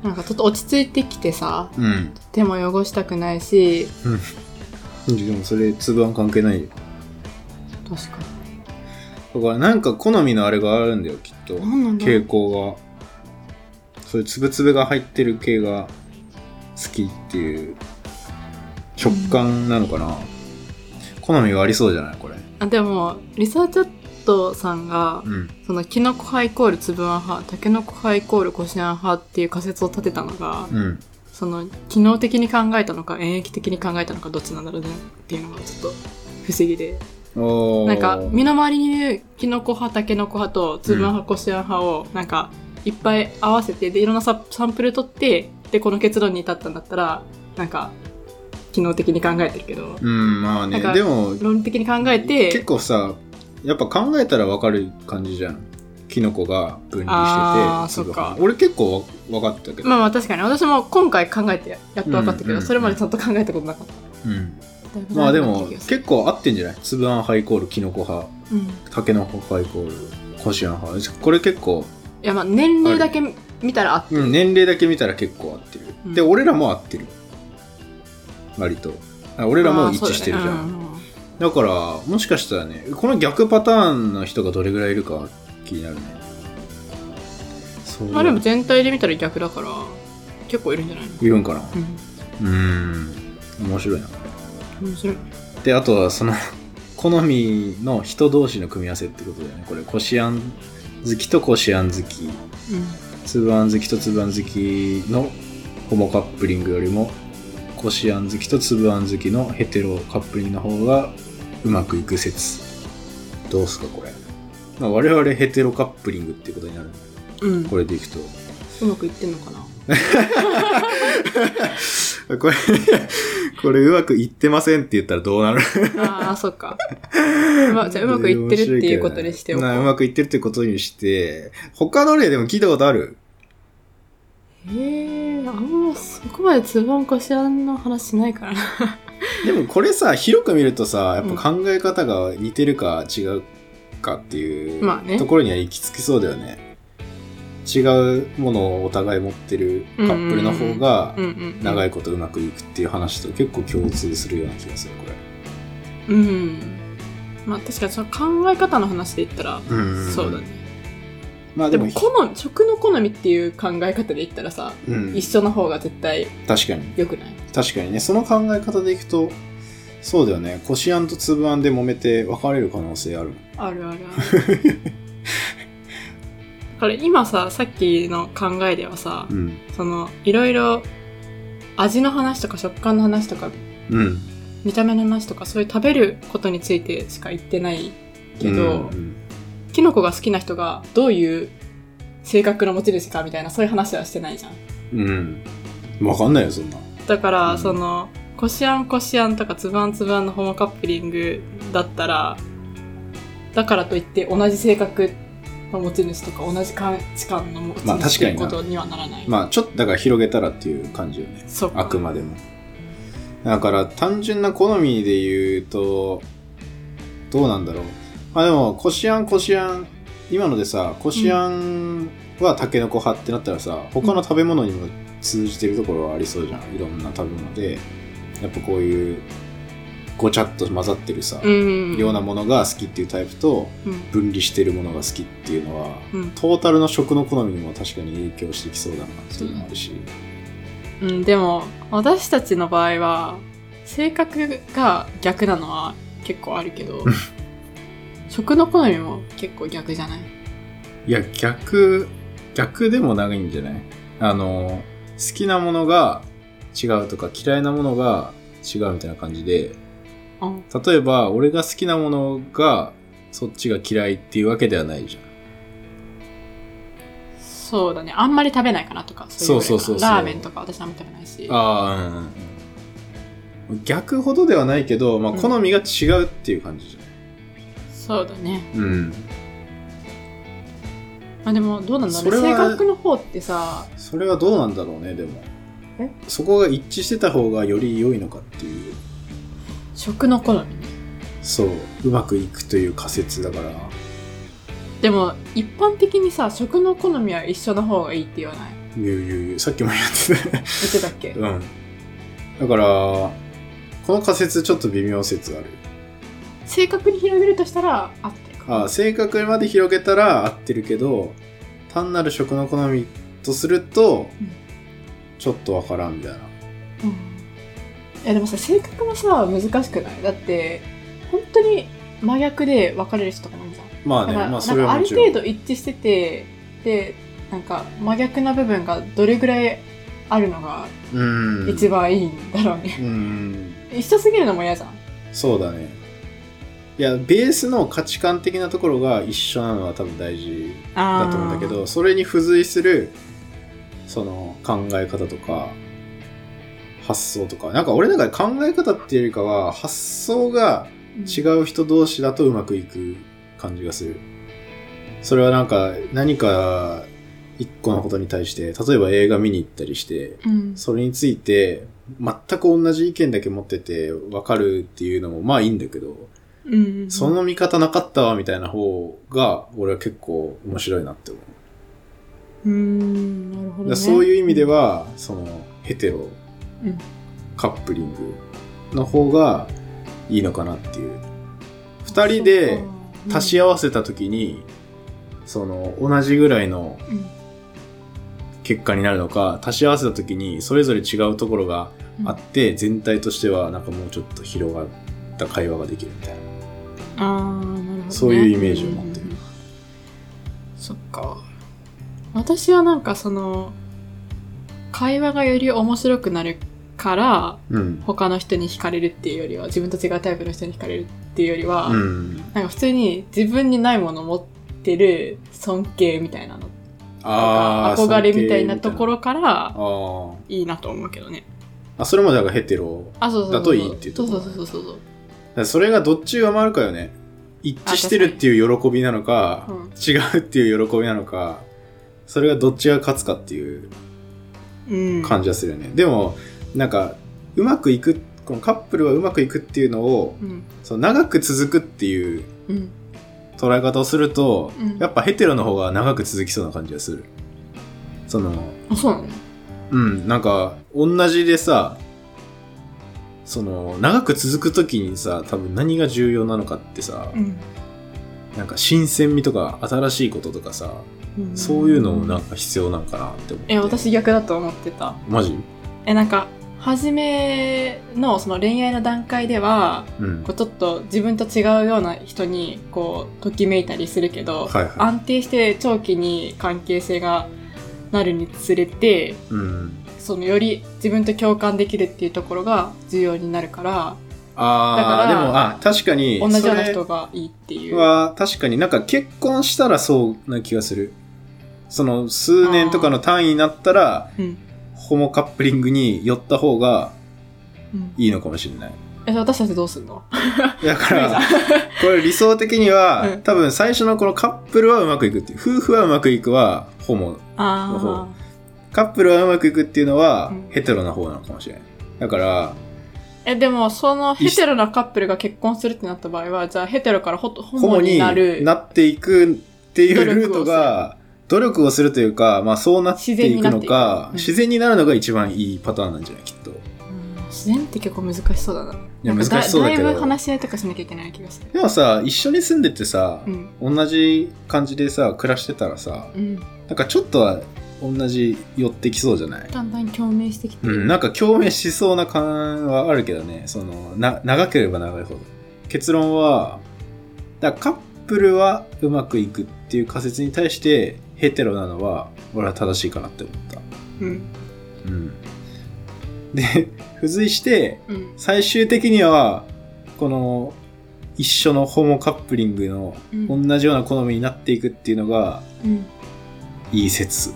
S1: なんかちょっと落ち着いてきてさ
S2: うん
S1: 手も汚したくないし
S2: でもそれ粒あん関係ないよ
S1: 確か
S2: だからなんか好みのあれがあるんだよきっと
S1: に何なんだろ
S2: 傾
S1: う
S2: 向がそういう粒々が入ってる系が好きっていう食感なのかな、好みがありそうじゃないこれ
S1: あでもリサーチャットさんが
S2: うん
S1: そのキノコ派イコールつぶあん派タケノコ派イコールこしあん派っていう仮説を立てたのが
S2: うん
S1: その機能的に考えたのか演疫的に考えたのかどっちなんだろうねっていうのがちょっと不思議で
S2: おー
S1: なんか身の回りにいるキノコ派タケノコ派とつぶあん派こしあん派をなんかいっぱい合わせてでいろんなササンプル取ってでこの結論に至ったんだったらなんか機能的に考えてるけど
S2: うんまあね
S1: なんか
S2: でも
S1: 論理的に考え
S2: 結
S1: て
S2: 構さやっぱ考えたらわかる感じじゃんキノコが分
S1: あ
S2: 離
S1: ー
S2: してて粒
S1: そっ
S2: が
S1: か
S2: 俺結構わ分かったけど、
S1: まあまあ確かに私も今回考えてやっと分かったけど、
S2: うんうん
S1: それまでちゃんと考えたことなかった。
S2: うん、まあでも結構合ってんじゃない粒あん派イコールキノコ派
S1: うん、い
S2: タケノコ派イコールこしあん派これ結構、
S1: やまあ年齢だけ見たらあって
S2: うん、年齢だけ見たら結構合ってる、
S1: うん
S2: で俺らも合ってる割とあ俺らも
S1: あー
S2: 一致してるじゃん
S1: そうだねうんうん
S2: だからもしかしたらねこの逆パターンの人がどれぐらいいるか気になるねそう
S1: まあでも全体で見たら逆だから結構いるんじゃないの
S2: いるんかな
S1: う
S2: うーん面白いなん
S1: 面白い
S2: であとはその 好みの人同士の組み合わせってことだよねこれこしあん好きとこしあん好きつぶあん好きとつぶあん好きのホモカップリングよりもこしあん好きとつぶあん好きのヘテロカップリングの方がうまくいく説どうすかこれ、まあ、我々ヘテロカップリングっていうことになる
S1: うん、うん、
S2: これでいくと
S1: うまくいってんのか な
S2: これ これうまくいってませんって言ったらどうなる
S1: ああ、そっか。まあ、じゃあうまくいってるっていうことにしておこう。
S2: なうまくいってるってことにして他の例でも聞いたことある
S1: えー、あんまそこまでつばんこしあんの話しないからな。
S2: でもこれさ広く見るとさやっぱ考え方が似てるか違うかっていう、
S1: うんまあね
S2: ところには行き着きそうだよね違うものをお互い持ってるカップルの方が
S1: うんうん。
S2: 長
S1: い。
S2: いことうまくいくっていう話と結構共通するような気がするこれ
S1: うん。まあ、確かにその考え方の話で言ったら、そうだね。
S2: まあ
S1: で
S2: で
S1: も、
S2: も
S1: 好み、食の好みっていう考え方で言ったらさ、
S2: うん
S1: 一緒の方が絶対
S2: 確かに
S1: 良くない
S2: 確かにねその考え方でいくとそうだよねこしあんとつぶあんで揉めて別れる可能性あるもん
S1: あるあるある。 だから今さ、さっきの考えではさ、
S2: うん
S1: その、いろいろ味の話とか食感の話とか
S2: うん
S1: 見た目の話とかそういう食べることについてしか言ってないけど、
S2: うん
S1: キノコが好きな人がどういう性格の持ち主かみたいなそういう話はしてないじゃん
S2: うん、わかんないよそんな
S1: だから、
S2: うん
S1: そのこしあんこしあんとかつばんつばんのホモカップリングだったらだからといって同じ性格の持ち主とか同じ価値観の持ち
S2: まあ
S1: 主とい
S2: 確かに
S1: う
S2: な
S1: ことにはならない、
S2: まあちょっとだから広げたらっていう感じよね
S1: そうか
S2: あくまでもだから単純な好みで言うとどうなんだろうまあでもこしあんこしあん今のでさこしあんはたけのこ派ってなったらさ他の食べ物にも通じてるところはありそうじゃんいろんな食べ物でやっぱこういうごちゃっと混ざってるさ、
S1: うん
S2: ようなものが好きっていうタイプと
S1: うん
S2: 分離してるものが好きっていうのは
S1: うん
S2: トータルの食の好みにも確かに影響してきそうだなっていうのもあるし、
S1: うん、でも私たちの場合は性格が逆なのは結構あるけ ど食の好みも結構逆じゃない
S2: いや逆逆でもないんじゃないあの好きなものが違うとか嫌いなものが違うみたいな感じで
S1: うん
S2: 例えば俺が好きなものがそっちが嫌いっていうわけではないじゃん
S1: そうだねあんまり食べないかなとかいぐらいかな
S2: そうそうそうそう
S1: ラーメンとか私あんま食べないし
S2: ああうんうんうん逆ほどではないけど、まあ、
S1: うん
S2: 好みが違うっていう感じじ
S1: そうだね
S2: ゃん、うん、
S1: まあでもどうなんだろう
S2: それ
S1: ね性
S2: は
S1: 格の方ってさ
S2: それはどうなんだろうねでも
S1: え
S2: そこが一致してた方がより良いのかっていう
S1: 食の好みね
S2: そううまくいくという仮説だから
S1: でも一般的にさ食の好みは一緒の方がいいって言わない
S2: 言う言う言うさっきもやってた
S1: 言ってたっけ
S2: うんだからこの仮説ちょっと微妙説ある
S1: 性格に広げるとしたら合ってるか
S2: あ性格まで広げたら合ってるけど単なる食の好みとすると、
S1: うん
S2: ちょっとわからんみたいな
S1: うんいやでもさ性格もさ難しくないだって本当に真逆で別れる人とかもいるじゃん
S2: ま
S1: だ
S2: あね
S1: から、
S2: まあ
S1: な
S2: そ
S1: ん
S2: れ
S1: か
S2: は
S1: あ
S2: も
S1: る
S2: ちろん
S1: 程度一致しててでなんか真逆な部分がどれぐらいあるのが
S2: うん
S1: 一番いいんだろうね、
S2: うん
S1: 一緒すぎるのも嫌じゃん
S2: そうだねいやベースの価値観的なところが一緒なのは多分大事だと思うんだけどそれに付随するその考え方とか発想とかなんか俺の中で考え方っていうよりかは発想が違
S1: うん
S2: う人同士だとうまくいく感じがするそれはなんか何か一個のことに対して例えば映画見に行ったりして
S1: うん
S2: それについて全く同じ意見だけ持ってて分かるっていうのもまあいいんだけど
S1: うん
S2: その見方なかったわみたいな方が俺は結構面白いなって思う
S1: うんなるほど、
S2: だから
S1: ね、
S2: そういう意味ではそのヘテロ
S1: うん
S2: カカップリングの方がいいのかなっていう2人で足し合わせた時にその同じぐらいの
S1: うん、うん
S2: 結果になるのか足し合わせた時にそれぞれ違うところがあって全体としてはなんかもうちょっと広がった会話ができるみたいな
S1: あーなるほどね
S2: そういうイメージを持ってる
S1: うんうんうんそっか私はなんかその会話がより面白くなるから
S2: うん
S1: 他の人に惹かれるっていうよりは自分と違うタイプの人に惹かれるっていうよりは、
S2: うん
S1: なんか普通に自分にないものを持ってる尊敬みたいなのとか
S2: あー
S1: 憧れみたいなところから
S2: あ
S1: いいなと思うけどね
S2: ああそれもだからヘテロ
S1: あそうそうそう
S2: だといいっていうと
S1: そう
S2: こ
S1: そ
S2: ろ
S1: うそうそうそう
S2: だからそれがどっち上回るかよね一致してるっていう喜びなのか
S1: うん
S2: 違うっていう喜びなのかそれがどっちが勝つかっていう
S1: うん
S2: 感じはするよね、でもなんかうまくいくこのカップルはうまくいくっていうのを
S1: うん
S2: その長く続くっていう
S1: うん
S2: 捉え方をすると、
S1: うん
S2: やっぱヘテロの方が長く続きそうな感じがするその
S1: あそうなの
S2: うんなんか同じでさその長く続く時にさ多分何が重要なのかってさ、
S1: うん
S2: なんか新鮮味とか新しいこととかさ、
S1: うん
S2: そういうのもなんか必要なんかなって思って
S1: え私逆だと思ってた
S2: マジ
S1: えなんか初めのその恋愛の段階では
S2: うん
S1: こうちょっと自分と違うような人にこうときめいたりするけど、
S2: はいは
S1: 安定して長期に関係性がなるにつれて
S2: いうん
S1: そのより自分と共感できるっていうところが重要になるからだ
S2: あ
S1: か
S2: あ
S1: ら
S2: でもあ確かに
S1: 同じような
S2: それ
S1: 人がいいっていう。
S2: は確かになんか結婚したらそうな気がするその数年とかの単位になったら
S1: うん
S2: ホモカップリングに寄った方が
S1: うん、
S2: いいのかもしれない
S1: え私たちどうすん の
S2: だか
S1: 無理だ
S2: らこれ理想的には、
S1: うん
S2: 多分最初のこのカップルはうまくいくっていう夫婦はうまくいくはホモ
S1: ああ
S2: カップルはうまくいくっていうのは、
S1: うん
S2: ヘテロな方なのかもしれないだから
S1: えでもそのヘテロなカップルが結婚するってなった場合はじゃあヘテロからホホ
S2: ホ
S1: モ
S2: モ
S1: に
S2: に
S1: なる
S2: なっていくっていうルー
S1: 努力をす
S2: ト
S1: る
S2: が努力をするというか、まあ、そうなっていくのか
S1: 自
S2: 自然になるのが一番いいパターンなんじゃないきっとい
S1: うん自然って結構難しそうだな
S2: や
S1: な
S2: 難
S1: んか
S2: しそうだけ
S1: いぶ
S2: ど
S1: 話し合いとかしなきゃいけない気がする
S2: でもさ一緒に住んでてさ
S1: う、ん
S2: 同じ感じでさ暮らしてたらさ
S1: うん
S2: なんかちょっとは同じ寄ってきそうじゃない
S1: だんだん共鳴してきて
S2: うん、なんか共鳴しそうな感はあるけどね、その、な、長ければ長いほど。結論は、だからカップルはうまくいくっていう仮説に対して、ヘテロなのは、俺は正しいかなって思った。
S1: うん
S2: うん。で、 付随して、
S1: うん
S2: 最終的には、この、一緒のホモカップリングの、
S1: うん
S2: 同じような好みになっていくっていうのが、
S1: うん
S2: いい説。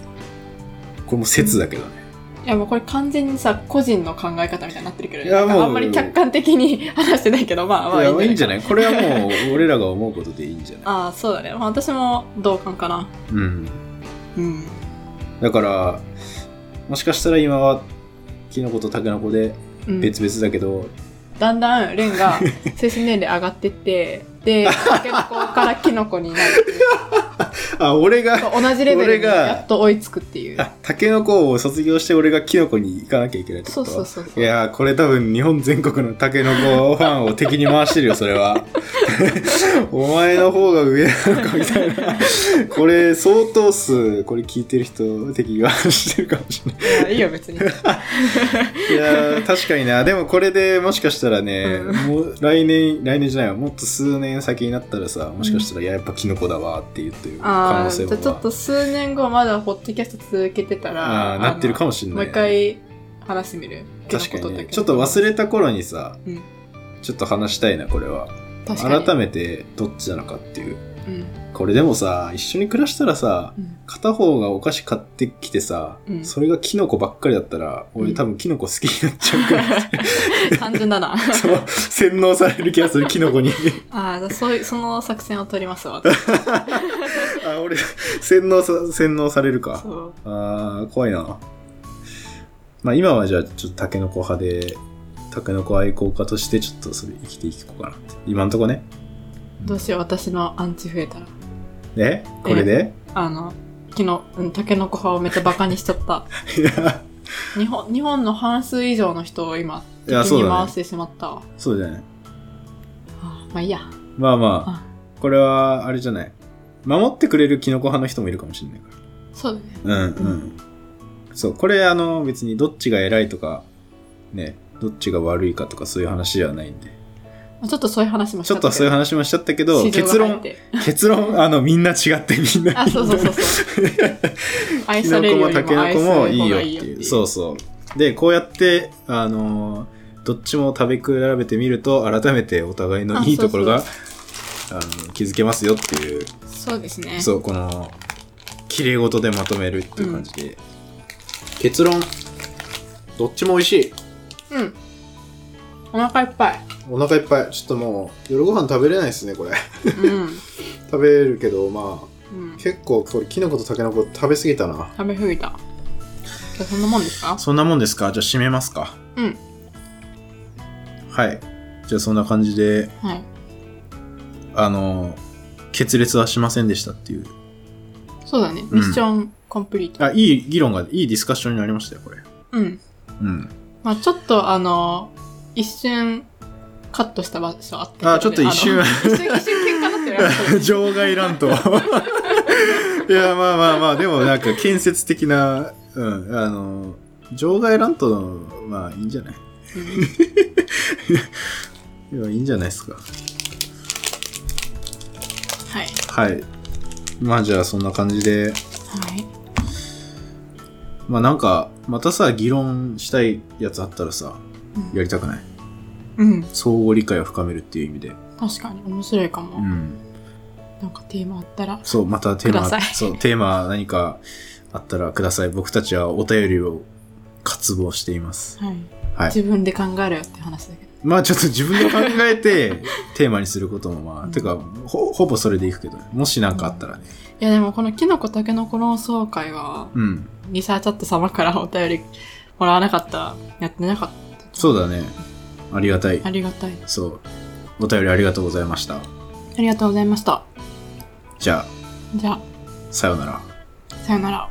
S2: これも説だけどね。
S1: いやもうこれ完全にさ個人の考え方みたいになってるけど、
S2: い
S1: な
S2: や
S1: んか
S2: もう
S1: あんまり客観的に話してないけどまあまあ
S2: いや、いいんじゃ
S1: ない
S2: ないこれはもう、俺らが思うことでいいんじゃない
S1: ああそうだね、まあ、私も同感かな
S2: うん。
S1: うん
S2: だから、もしかしたら今は、キノコとタケノコで
S1: うん、
S2: 別々だけど、
S1: だんだんレン が精神年齢上がってってでタケノコからキノコになる
S2: あ、俺が、
S1: 同じレベル
S2: 俺
S1: に
S2: が
S1: やっと追いつくって いう
S2: あ、タケノコを卒業して俺がキノコに行かなきゃいけないって
S1: そ
S2: こ
S1: う
S2: と
S1: そうそうそう
S2: いやー、これ多分日本全国のタケノコファンを敵に回してるよ、それ は。お前の方が上なのかみたいな。これ、相当数、これ聞いてる人、敵がしてるかもしれな
S1: いや
S2: い。
S1: いいよ別に
S2: いやー確かになでもこれでもしかしたらね、
S1: うん
S2: もう来年来年じゃないわもっと数年先になったらさもしかしたら、いややっぱキノコだわって言ってる可
S1: ああ
S2: 能
S1: じ
S2: 性
S1: ゃ
S2: も
S1: あちょっと数年後まだホットキャスト続けてたら
S2: あーなってるかもしれな
S1: も
S2: い
S1: う一回話してみる
S2: 確かにねちょっと
S1: と
S2: 忘れた頃にさ、
S1: うん
S2: ちょっと話したいなこれは
S1: 確かに
S2: 改めてどっちなのかっていう
S1: うん
S2: これでもさ一緒に暮らしたらさ
S1: うん
S2: 片方がお菓子買ってきてさ、
S1: うん
S2: それがキノコばっかりだったら俺多分キノコ好きになっちゃう から、
S1: 単純だな
S2: そう洗脳される気がするキノコに。
S1: ああじゃあそういうその作戦を取りますわ私
S2: あ、俺、洗脳さ、洗脳されるか。
S1: そう
S2: あー、怖いな。まあ今はじゃあ、ちょっとタケノコ派で、タケノコ愛好家として、ちょっとそれ生きていこうかなって。今んとこね。
S1: どうしよう私のアンチ増えたら
S2: で、これで
S1: あの昨日、うん、タケノコ派をめっちゃバカにしちゃった
S2: いや、
S1: 日本日本の半数以上の人を今
S2: い
S1: 敵
S2: やそう
S1: に
S2: だね
S1: 回してしまったわ、
S2: そうじゃない
S1: はあまあいいや
S2: まあま
S1: あ
S2: あ、これは、あれじゃない。守ってくれるキノコ派の人もいるかもしれないから。
S1: そうだね
S2: うんうん。そう、これあの別にどっちが偉いとか、ね、どっちが悪いかとかそういう話ではないんで。
S1: まあちょっとそういう話もし
S2: ち
S1: ちゃ
S2: ょっ
S1: った
S2: とそういう
S1: 話
S2: 話もしちゃったけど、結論、結論、あの、みんな違ってみんな。
S1: あそうそうそうそう 愛
S2: キ
S1: さ
S2: ノ
S1: れるよ
S2: コも
S1: り
S2: タケ
S1: も
S2: ノ
S1: 愛
S2: コ
S1: さ
S2: も
S1: れる
S2: い
S1: 方
S2: いよっ
S1: が
S2: て
S1: いいよって
S2: い
S1: いう
S2: う。そうそう。で、こうやって、あの、どっちも食べ比べてみると、改めてお互いのいいところが、あの、気づけますよっていう、
S1: そうですね
S2: そう、この、綺麗事でまとめるっていう感じで。結論、どっちも美味しい。
S1: うんお腹いっぱい
S2: お腹いっぱい。ちょっともう、夜ご飯食べれないですね、これ。
S1: うん、
S2: 食べるけど、まあ、
S1: うん、
S2: 結構、これ、キノコとタケノコ食べ過ぎたな。
S1: 食べ過ぎたじゃあそんなもんですか
S2: そんなもんですかじゃあ、締めますか。
S1: うん
S2: はい。じゃあ、そんな感じで、
S1: はい
S2: あの、決裂はしませんでしたっていう。
S1: そうだねミッションコンプリート
S2: あ、いい議論が、いいディスカッションになりましたよ、これ。
S1: うん
S2: うん。
S1: まあちょっとあの一瞬カットした場所あったけどね
S2: あちょっと一瞬
S1: あの一瞬一瞬喧嘩になってるやつ
S2: 場外乱闘。 いや、まあまあまあ、でもなんか建設的な、うん、あの、場外乱闘の、まあいいんじゃない いや、いいんじゃないですか。
S1: はい
S2: はい。まあじゃあそんな感じで、
S1: はい
S2: まあなんか、またさ、議論したいやつあったらさ、
S1: うん
S2: やりたくない
S1: うん
S2: 相互理解を深めるっていう意味で。
S1: 確かに面白いかも、
S2: うん。
S1: なんかテーマあったら
S2: そう、またテーマ
S1: ください、
S2: そう、テーマ何かあったらください。僕たちはお便りを渇望しています。
S1: はい
S2: はい。
S1: 自分で考えるよって話だけど
S2: まあちょっと自分で考 えてテーマにすることもまあ、
S1: うん
S2: てかほほぼそれでいくけどねもし何かあったらね
S1: いやでもこのキノコタケノコ論争会は
S2: うん、
S1: リサーチャット様からお便りもらわなかったらやってなかっ
S2: そうだねありがたい
S1: たありがたい
S2: そうお便りありがとうございました
S1: ありがとうございました
S2: じゃあ
S1: じゃ
S2: さようなら
S1: あさよなら